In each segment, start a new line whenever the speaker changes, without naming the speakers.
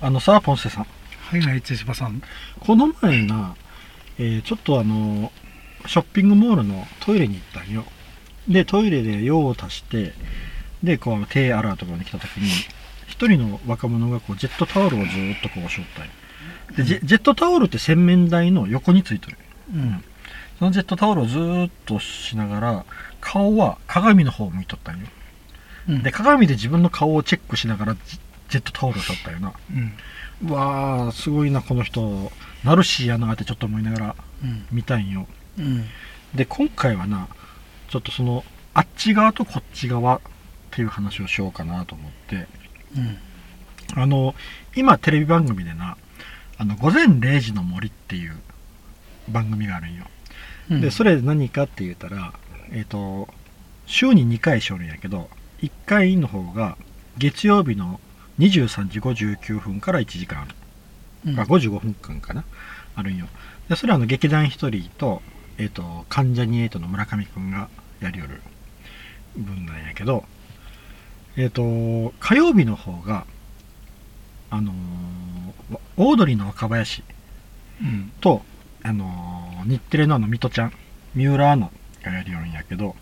あのさあポンセさん
はいはい、千葉さん。
この前な、えーちょっとあのショッピングモールのトイレに行ったんよでトイレで用を足してでこう手洗うところに来た時に一人の若者がこうジェットタオルをずーっとこうしょったんよでジェジェットタオルって洗面台の横についてる
うん。
そのジェットタオルをずーっとしながら顔は鏡の方を向いとったんよ
うん
で、鏡で自分の顔をチェックしながらジジェットタオルをしょったよな
うん。
うわーすごいなこの人ナルシーやなってちょっと思いながら
うん。
見たいんよ
うん。
で今回はなちょっとそのあっち側とこっち側っていう話をしようかなと思って
うん。
あの今テレビ番組でな「あの午前0時の森」っていう番組があるんよ、
うん。
でそれ何かって言ったらえっ、と週に2回しょるんやけど1回の方が月曜日の23時59分から1時間
うん、
あ55分間かなあるんよでそれはあの劇団一人と,、えー、と関ジャニエイトの村上くんがやりよる分なんやけどえっ、と火曜日の方があのーわオードリーの若林
うん。
と、あのー日テレのあの水戸ちゃん三浦アナがやりよるんやけど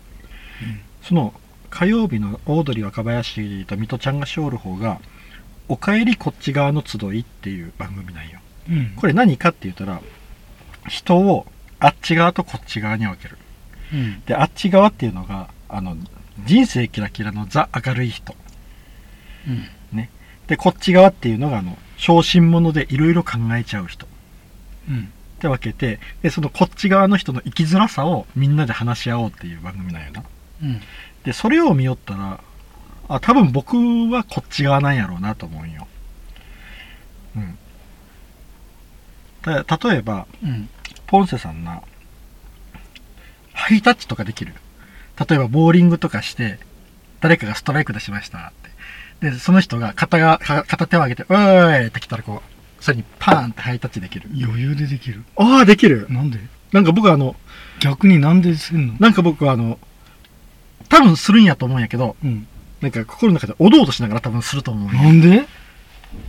その火曜日のオードリー若林と水戸ちゃんがしおる方が「おかえりこっち側の集い」っていう番組なんよ
うん。
これ何かって言ったら人をあっち側とこっち側に分ける
れ。うん。
であっち側っていうのがあの人生キラキラのザ明るい人
うん。
でこっち側っていうのがあの小心者でいろいろ考えちゃう人っ
うん。
て分けてでそのこっち側の人の生きづらさをみんなで話し合おうっていう番組なんよな
うん。
でそれを見よったらあ多分僕はこっち側なんやろうなと思うんようんた例えば
うん。
ポンセさんな、ハイタッチとかできる。例えば、ボーリングとかして、誰かがストライク出しましたって。で、その人が片が、か片手を上げて、おーいって来たらこう、それにパーンってハイタッチできる。
余裕でできる。
ああ、できる。
なんで
なんか僕はあの、
逆になんでせんの
なんか僕はあの、多分するんやと思うんやけど、
うん。
なんか心の中でおどおどしながら多分すると思うんよ
なんで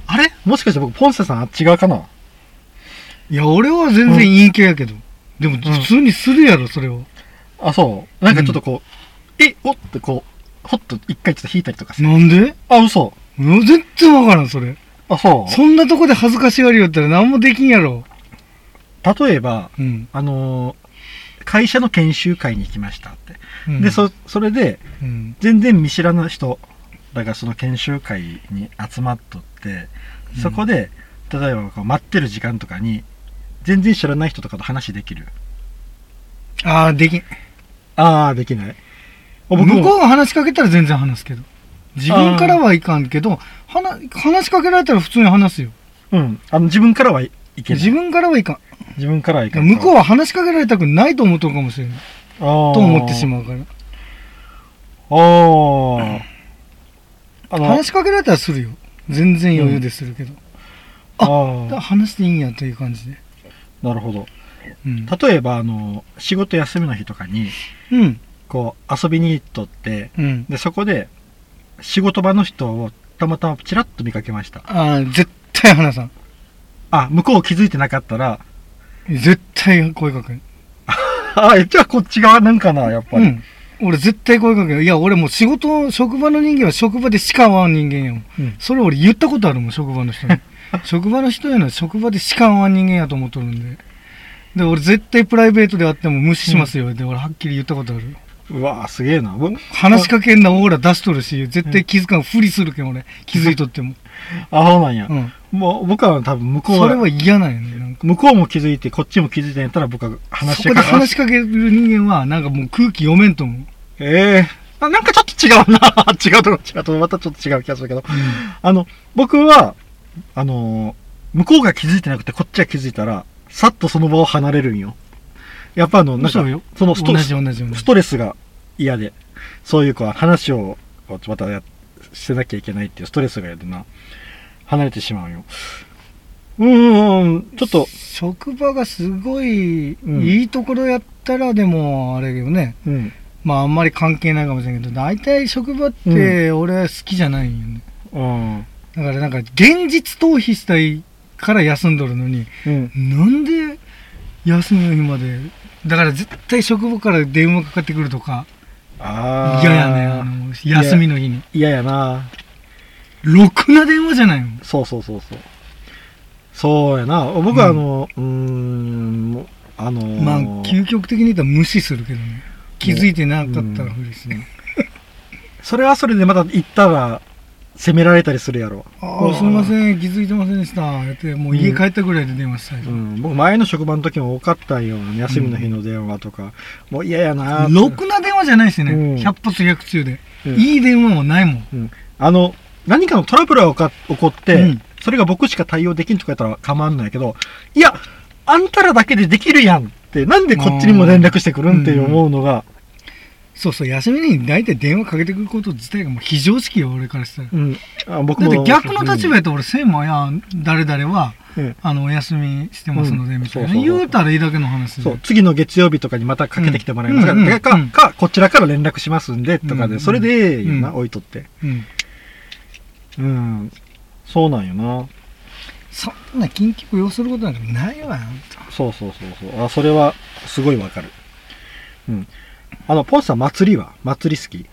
あれもしかして僕、ポンセさんあっち側かない
や、俺は全然陰キャやけど。でも、普通にするやろ、それを。
あ、そう。なんかちょっとこう、え、おってこう、ほっと一回ちょっと引いたりとかする。
なんで
あ、嘘。
うん全然わからん、それ。
あ、そう。
そんなとこで恥ずかしがりよったら何もできんやろ。
例えば、
うん。
あのー会社の研修会に行きましたって。
うん
で、そ、それで、
うん。
全然見知らぬ人らがその研修会に集まっとって、そこで、例えばこう待ってる時間とかに、全然知らない人とかと話できる。
ああ、できん。
ああ、できない。僕
向こ
も、
うが話しかけたら全然話すけど自分からはいかんけど話話しかけられたら普通に話すよ
うん。あの、自分からはいけない。
自分からはいか
自分からはい
ん
かない。
向こうは話しかけられたくないと思っとるかもしれない
あー
と思ってしまうから
あーあの。
話しかけられたらするよ全然余裕でするけど、
あ
だから
ー
話していいんやという感じで
なるほど。
うん、
例えば、あの、仕事休みの日とかに、
うん
こう遊びに行っとって
うん、
でそこで仕事場の人をたまたまチラッと見かけました
ああ絶対話さん
あ向こう気づいてなかったら
絶対声かけん、
あじゃあこっち側なんかなやっぱ
う
り、
ん、俺絶対声かけんいや俺もう仕事職場の人間は職場でしか会わん人間やもん
うん
それ俺言ったことあるもん職場の人に 職場の人やのは職場でしか会わん人間やと思っとるんでで俺絶対プライベートで会っても無視しますよ、で俺はっきり言ったことある
うわあすげえなう
話しかけんなオーラ出しとるし絶対気づかんふりするけん俺気づいとっても、
あそうなんや、
うん、
もう僕は多分向こう
それは
は
嫌なんよねなんか
向こうも気づいてこっちも気づいてんやったら僕は話
そ
し
こで
か
話しかける人間はなんかもう空気読めんと思う
ええあなんかちょっと違うな 違うとこ違うとこまたちょっと違う気がするけどあの僕はあのー向こうが気づいてなくてこっちが気づいたらさっとその場を離れるんよやっぱあのなんか
嘘よ
そのスト
同
レ
じ
ス
同じ同じ
ストレスが嫌で、そういうこう話をこうまたやしてなきゃいけないっていうストレスが嫌でな、離れてしまうよ。うーん、ちょっと、
職場がすごい
うん
いいところやったらでもあれよね、
うん、
まああんまり関係ないかもしれんけど、大体職場って俺好きじゃないんよね。
うん、
だだからなんか現実逃避したいから休んどるのに
うん。
なんで休みの日までだから絶対職場から電話かかってくるとか
ああ。
嫌やねあの休みの日に
嫌やな。
ろくな電話じゃないの
そうそうそうそう。そうやな。僕はあ
うん
の、うーん、もうあのー
まあ究極的に言ったら無視するけどね気づいてなかったらふりして、
それはそれでまた行ったら、責められたりするやろ。
ああすいません気づいてませんでしたってもう家帰ったぐらいで電話したい、
うん、僕前の職場の時も多かったような休みの日の電話とか、もう嫌やなーって
ろくな電話じゃないしね、
うん
100発100中で、
うん
いい電話もないもん
あの何かのトラブルが起か起こって、
うん
それが僕しか対応できんとかやったら構わんないけどいやあんたらだけでできるやんってなんでこっちにも連絡してくるんって思うのが、
そうそう休みに大体電話かけてくること自体がもう非常識よ俺からしたら
うんあ僕
だっ
も
て逆の立場やと俺専務や誰々は
うん
あのお休みしてますので
うん
みたい
そ
な
うそうそう
言うたらいいだけの話
そう
で
次の月曜日とかにまたかけてきてもらいますから、
うん
てか
うん
かこちらから連絡しますんでとかで、
うん
それでええよな、
うん
置いとって
うん
うんそうなんよな
そんな緊急を要することなんかないわよ
そうそうそうそうあそれはすごいわかるうんあのポンさん祭りは祭り好き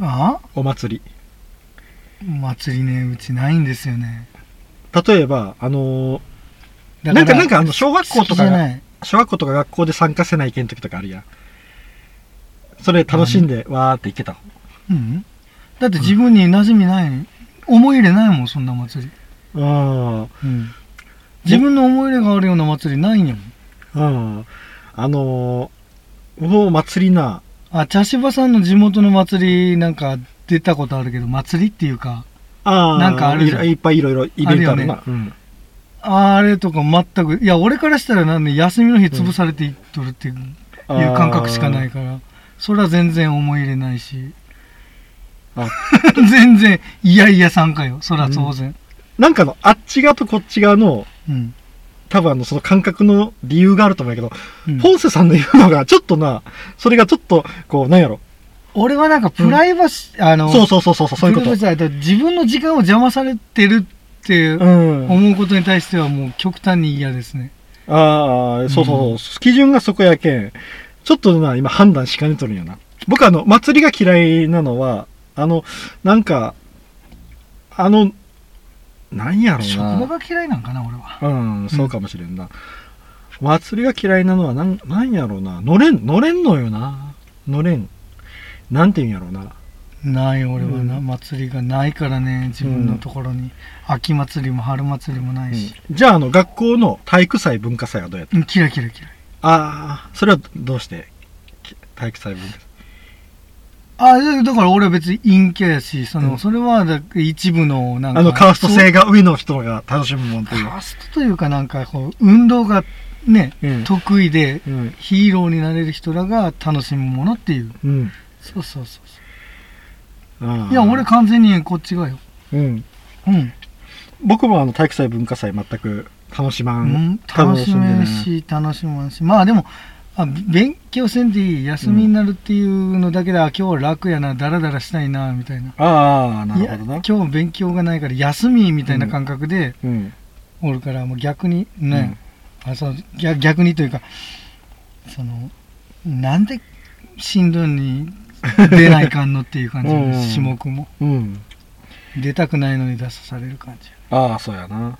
あ
お祭り
祭りねうちないんですよね
例えばあのー
だ
なん
ら
か、なんか、あの、小学校
好
と
きじ
か
ゃ
が、
ない
小学校とか学校で参加せない件の時とかあるやん。それ楽しんで、わーって行けた。
うんだって自分に馴染みない思い入れないもんそんな祭り
うん。
自分の思い入れがあるような祭りないんやもん
うん。あのー、もう祭りな、
あ茶芝さんの地元の祭りなんか出たことあるけど祭りっていうか
あー
なんかあるじゃん
いいっぱいいろいろイベントあるな。
あ
うん。
あれとか全くいや俺からしたらなんで休みの日潰されていっとるっていう,、
あー
感覚しかない。からそれは全然思い入れないし
あ
全然いやいや参加よそれは当然
なんかの、あっち側とこっち側の、
うん、
多分あの、その感覚の理由があると思うんやけど、
うん
ポンセさんの言うのが、ちょっとな、それがちょっと、こう、なんやろ。
俺はなんかプライバシー、あの
そうそうそうそう、そういうこ
プライ
と
バ。シーだと自分の時間を邪魔されてるって
うん。
思うことに対してはもう極端に嫌ですね
ああ、そうそううそう。基準がそこやけん。ちょっとな、今判断しかねとるんやな。僕あの、祭りが嫌いなのは、あの、なんか、あの、なんやろ
職場
う
が嫌いなんかな俺は
な。うん、そうかもしれんな。祭りが嫌いなのは、なん、なんやろうな。乗れん、乗れんのよな。乗れん。なんて言うんやろうな。
ない俺はな、
うん
祭りがないからね自分のところに、秋祭りも春祭りもないし、
じゃあ、あの、学校の体育祭、文化祭はどうやった
うん、キラキラキラ
ああ、それはどうしてき体育祭、文化祭。
あだだから俺は別に陰キャやしその、
うん
それはだ一部のなんか
あの、カースト
そう
性が上の人が楽しむもんという
カ。ーストというかなんかこう運動がね、
うん
得意で
うん。
ヒーローになれる人らが楽しむものっていう
うん。
そうそうそうそ
あ
う
あ
いや俺、完全にこっちがよ
うん、
うん、
僕もあの体育祭文化祭全く楽しま、
うんん、楽しめる
楽しんでない
し楽しむしまあでもあ勉強せんでいい休みになるっていうのだけで、あ今日は楽やなダラダラしたいなみたいな
ああないる
や
ほど
今
な
日も勉強がないから休みみたいな感覚で、
うん
おるからもう逆にね、あそう逆逆にというかそのなんでしんどいのに出ないかんのっていう感じ、
うん うん
種目も
うん
出たくないのに出さされる感じ
ああそうやな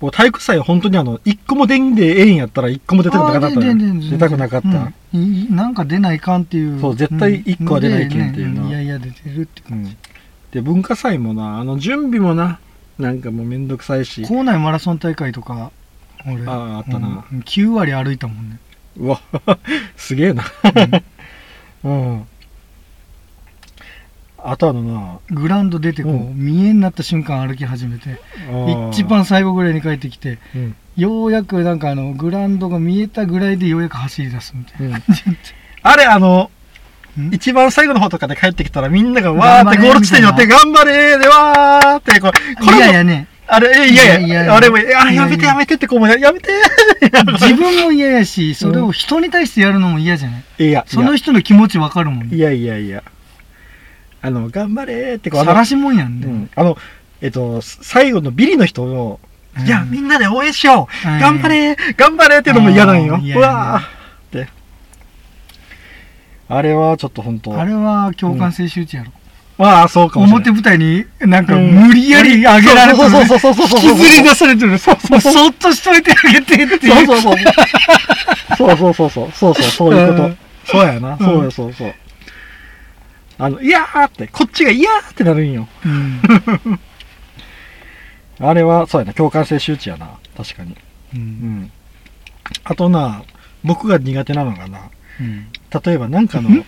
もう体育祭は本当にあの一個も出んでええんやったら一個も出たくなかった
あー
よ
ででで
出たくなかった、うん
うんいいなんか出ないかんっていう
そう絶対一個は出ないけんっていうな
のでねんいやいや出てるって感じ、
で文化祭もなあの準備もななんかもうめんどくさいし
校内マラソン大会とか俺
あーあったな
うん、9割歩いたもんね、
うわ すげえなうんあとあのな
うんグラウンド出てこう、
うん
見えになった瞬間歩き始めて
あー
一番最後ぐらいに帰ってきて
うん
ようやくなんかあのグラウンドが見えたぐらいでようやく走り出すみたい
うん
な感じ
あれあの
ん
一番最後の方とかで帰ってきたらみんながわーってゴール地点に寄って
頑
頑張れーでわーってこう、これ
い
も
やい やね
あれ、いやい
いやい
や、
や
あれも、あ
やいや
やめてやめてってこうもややめて
自分も嫌やしそれを人に対してやるのも嫌じゃない
ーいや、
その人の気持ちわかるもん
い
ね
やいやいや。あの、頑張れーってこう、あの
晒しもんやん
う
ね。
ん、あの、えっと、最後のビリの人を、
うん
いや、みんなで応援しよう、
うん
頑張れー頑張れーっていうのも嫌なんよ。
あー嫌
う
やね
わーって。あれはちょっと本当
あれは共感性周知やろ。
まあ、そうかもしれない
表。舞台になんか
うん
無理やり上げられてる。
そうそうそうそうそうそう
引きずり出されてる。そっとしといてあげてっていう。
そうそうそう。そうそうそうそう。そうそう、そういう
う
こ
ん
と。そうやな。
ん
そうよ、そうそう。あの、いやーって、こっちがいやーってなるんよ。
うん
あれは、そうやな。共感性周知やな。確かに。
う
うんん。あとな、僕が苦手なのがな、
うん
例えばなんかの、
んち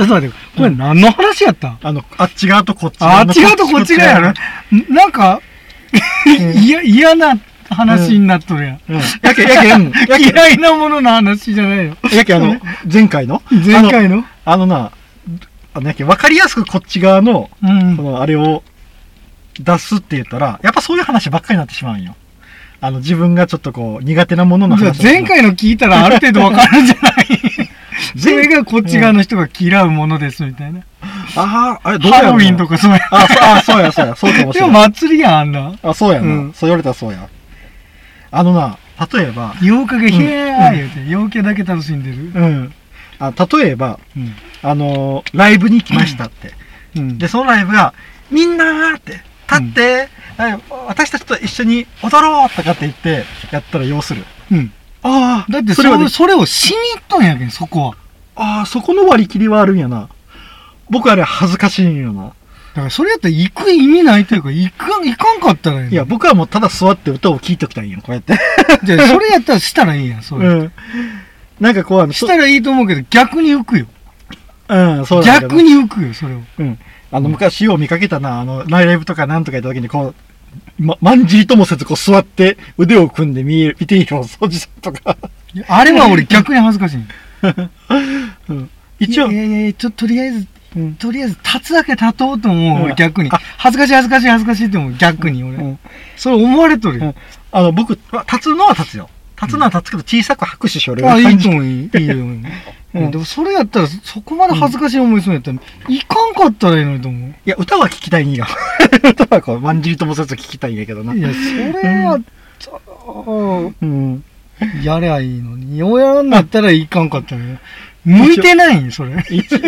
ょっと待って、これ何の話やった
あの、あっち側とこっち
あ
側
っ
の。
ち側とこっち側やろなんか、いや、嫌な話になっとるやん。
うん。やけ、やけ、うん。やけ、
嫌いなものの話じゃないよ。
やけ、あの、前回の
前回の
あのな、あのやけ、わかりやすくこっち側の、
うん
こ。のあれを出すって言ったら、やっぱそういう話ばっかりになってしまうんよ。あの、自分がちょっとこう、苦手なものの
じゃあ
話。
前、回の聞いたらある程度わかるんじゃないそれ
前回、
がこっち側の人が嫌うものですみたいな。
ああ、あれ、どうや
ハ
ろ
ロ
う
ウィンとかそうや。
あそうあ、そうや、そうや、そうかもし
で
れ
も
ない。
祭りやん、あんな。
あ、そうやな、
うん
そう言われたらそうや。あのな、例えば、
陽気がひえー言うて、陽気だけ楽しんでる。
うん。あ例えば、
うん。
あのーライブに来ましたって。
うん。
で、そのライブが、みんなーって、立って、はい私たちと一緒に踊ろうとかって言って、やったら要する。
うん。
ああ、
だってそ
そ
れ
れは
を、それをしに行っとんやけん、そこは。
ああ、そこの割り切りはあるんやな。僕あれ恥ずかしいんよな。
だからそれやったら行く意味ないというか、行かん、行かんかったらええの
いや、、僕はもうただ座って歌を聴いときたいんよ、こうやって。
じゃあそれやったらしたらい いやん、 そうれ。
ん。なんかこう、あの、
したらいいと思うけど、逆に浮くよ。
うん、そうなんだけど
逆。に浮くよ、それを。
うん。あの、昔よう見かけたな、あの、ライブとかなんとか行った時に、こう、ま、まんじりともせず、こう座って、腕を組んで見える、見ているおじさんと か。
あれは俺逆に恥ずかしい。
うん。一応
い、やいやいや、ちょっととりあえず、
うん
とりあえず立つだけ立とうと思う、
うん
逆に。
あ
恥ずかしい恥ずかしい恥ずかしいって思う、逆に俺。
うん
それ思われとる
う
よ
ん。あの、僕、は立つのは立つよ。立つのは立つけど、小さく拍手しよる
あ、
感じ。
いいと思う、いいいいよ。
うん
でもそれやったら、そこまで恥ずかしい思いするんやったら、行かんかったらいいのにと思う。
いや、 歌は聴きたいんよ。歌はこう、まんじりともせず聴きたいんやけどな。
いや、それは、
うん。
やりゃいいのに。ようやらんだったらいかんかったね。向いてないんそれ。
一応、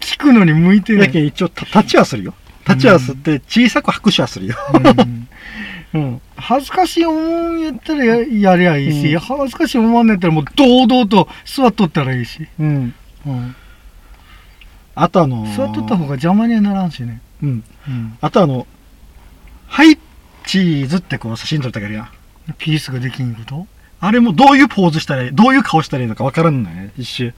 聞くのに向いてな
だ
い。
けど一応、た立ちはするよ。立ちはすって、小さく拍手はするよ。
うん
うん。
恥ずかしい思うんやったらややりゃいいし、
うん
恥ずかしい思わんのやったらもう堂々と座っとったらいいし。
うん。
うん
あとあのー
座っとった方が邪魔にはならんしね。
うん。あとあの、はい、チーズってこう写真撮るときあるやん。
ピースができんこと
あれもどういうポーズしたらいい、どういう顔したらいいのかわからんのよね、一周。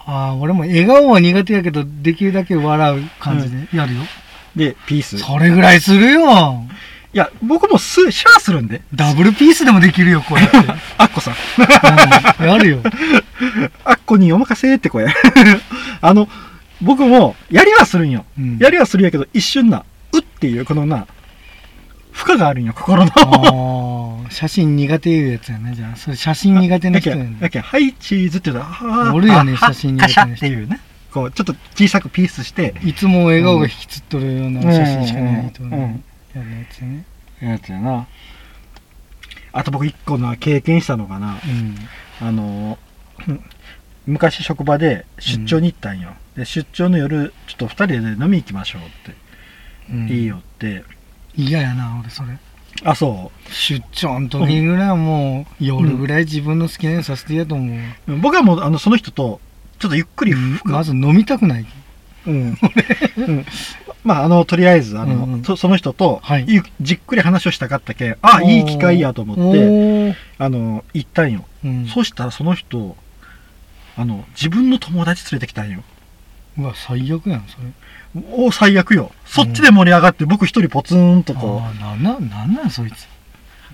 ああ、俺も笑顔は苦手やけど、できるだけ笑う感じでやるよ。
で、ピース。い
それぐらいするよ。
や、僕もす、シャーするんで。
ダブルピースでもできるよ、こうやって。
あっこさん。
うんやるよ。
あっこにお任せって声。 あの、僕も、やりはするんよ。
うん
やりはするんやけど、一瞬な、うっていう、このな、負荷があるんよ、心の。
ああ、写真苦手いうやつやね、じゃあ。それ写真苦手な
だ
人
け
や
ん、だ
ね。
けん、はい、チーズって言うと、あー
おるよね
あ
写真に
カ
入れ
シャ
てる人
っていうね。こう、ちょっと小さくピースして、
いつも笑顔が引きつっとるような写真しかないと
うんう
ね
ん。
やるやつね。
やつやな。あと僕一個な、経験したのがな、
うん。
あのー、昔職場で出張に行ったんよ。で、出張の夜、ちょっと二人で飲み行きましょうって、
うん
いいよって。
嫌やな俺それ
あ、そう。
出張の時ぐらいはもう夜ぐらい自分の好きなようにさせてやと思う、
僕はもうあのその人とちょっとゆっくりふ
まず飲みたくない
うんうんまああのとりあえずあの、
うんうん
そその人と、
はい
ゆじっくり話をしたかったけんあいい機会やと思って
て
あの行ったんよ、
うん
そしたらその人あの自分の友達連れてきたんよ
うわ最悪やんそれ
おお最悪よそっちで盛り上がって、僕一人ポツンとこ
ああなんななんなんそいつ、
う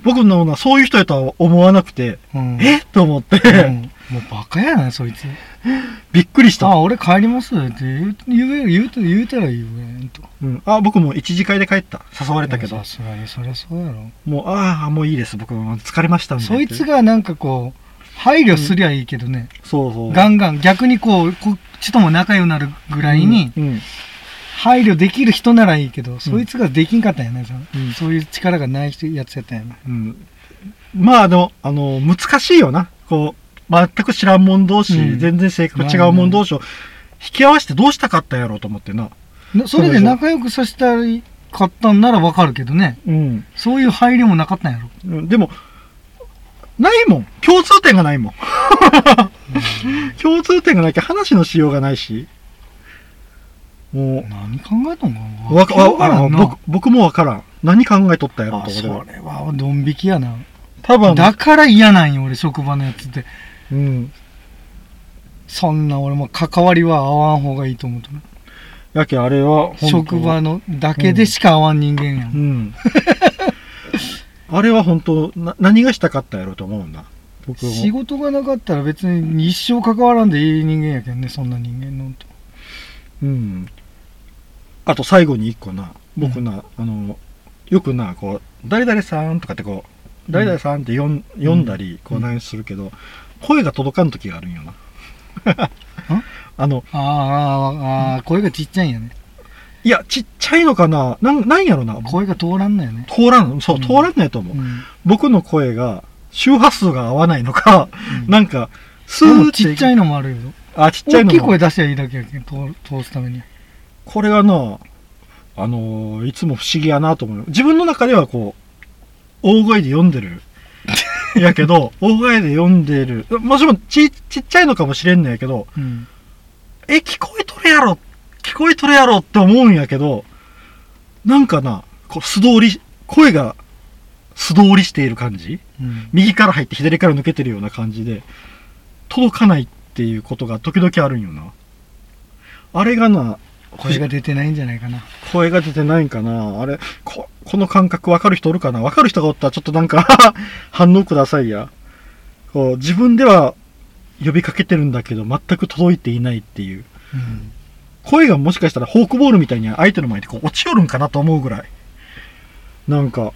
僕のなそういう人やとは思わなくて、
うん
えっと思って、
うんもうバカやなそいつ
びっくりし
あ
た、
俺帰りますって言う言う言うと言うたらいいよねと
うんあ僕も一時会で帰った誘われたけ
で
ど
もさすがにそりゃそうやろ
もうああもういいです僕もう疲れましたんで
そいつがなんかこう配慮すりゃいいけどね、
そうそう。
ガンガン逆にこうこっちとも仲良くなるぐらいに
うん。うん
配慮できる人ならいいけど、そいつができんかったんやね、その
うん
そういう力がない人やつやったんやな、
うんまあでも、あの、難しいよな。こう、全く知らんもん同士、
うん
全然性格違うもん同士を引き合わせてどうしたかったんやろうと思ってな。
なそれで仲良くさせたいかったんならわかるけどね
うん。
そういう配慮もなかったんやろ
でも、ないもん。共通点がないもん。共通点がないけど話のしようがないし。も
何考えたんかな
う、わか、わ
わから
あ
んな
僕僕もわからん。何考えとったんやろう
あ
と
そ
俺は。
れはドン引きやな
多分、
だから嫌なんよ俺職場のやつって
うん。
そんな俺も関わりは合わん方がいいと思うとる
やけあれは本当、
職場のだけでしか合わん人間やん、
うん。あれは本当な、何がしたかったやろうと思うんだ。僕も。
仕事がなかったら別に一生関わらんでいい人間やけんねそんな人間のと
うん。あと最後に一個な、僕な、あの、よくな、こう、誰々さんとかってこう、誰々さんって呼ん呼んだり、こう、
うん
何するけど、声が届かん時があるんよ な。あの、
ああああ声がちっちゃいんやね
いや、ちっちゃいのかな、なん、なんやろな。
声が通らんのよね、
通らん、そう、
うん
通らんないと思う。
うん
僕の声が、周波数が合わないのか、
うん
なんか、ス
で
ー
も
ッ
ちっちゃ
い。
いのもあるよ
あ、ちっちゃい
大
の
きい
も
声出しゃいいだけやけん通通すために
これがな、あのーいつも不思議やなと思う。自分の中ではこう、大声で読んで る。やけど、大声で読んでる。もちろんち、ちっちゃいのかもしれんのやけど、
うん
え、聞こえとるやろ聞こえとるやろって思うんやけど、なんかな、こう素通り、声が素通りしている感じ
うん
右から入って左から抜けてるような感じで、届かないっていうことが時々あるんよな。あれがな、
声が出てないんじゃないかな
声が出てないんかなあれこ、この感覚わかる人おるかなわかる人がおったらちょっとなんか 反応くださいや。こう、自分では呼びかけてるんだけど、全く届いていないっていう。
うん
声がもしかしたらフォークボールみたいに相手の前でこう落ちよるんかなと思うぐらい。なんか、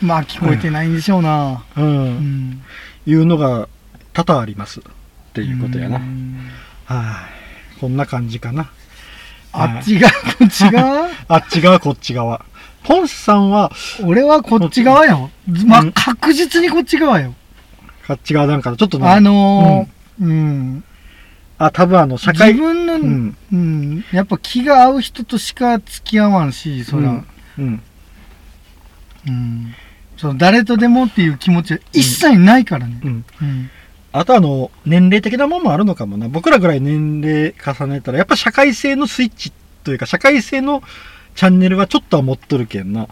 まあ聞こえてないんでしょうな、
う、
うんん、
いうのが多々あります。って
て
いうことやな。はい、こんな感じかな。
あっちがこっ ち側
あっち側、こっち側。ポンスさんは、
俺はこっち側よ、まあ確実にこっち側よ、
あっち側なんかなちょっとな
あのーうん、
あ、多分あの、社
自
会、
分の、う
うん
んやっぱ気が合う人としか付き合わんしそら、
うん、
うんその誰とでもっていう気持ちは一切ないからね、
うん。
うん
あとあの、年齢的なもんもあるのかもな。僕らぐらい年齢重ねたら、やっぱ社会性のスイッチというか、社会性のチャンネルはちょっとは持っとるけんな。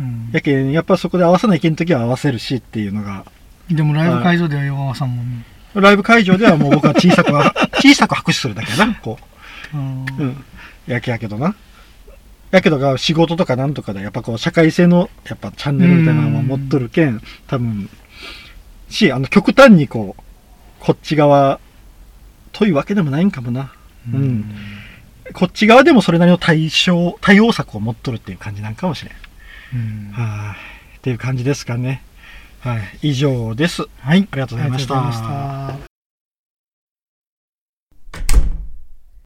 うん
やけん、やっぱそこで合わさないけんときは合わせるしっていうのが、
でもライブ会場では弱々さんもんね、
ライブ会場ではもう僕は小さくは、小さく拍手するだけやな、こ
う
う。
ん
うん。やけやけどな。やけどが仕事とかなんとかで、やっぱこう、社会性の、やっぱチャンネルみたいなのは持っとるけん、多分、し、あの、極端にこう、こっち側、というわけでもないんかもな。うんこっち側でもそれなりの対象、対応策を持っとるっていう感じなんかもしれん。
うん
はい、っていう感じですかね。はい、以上です。
はい
ありがとうございました
ありがとうございました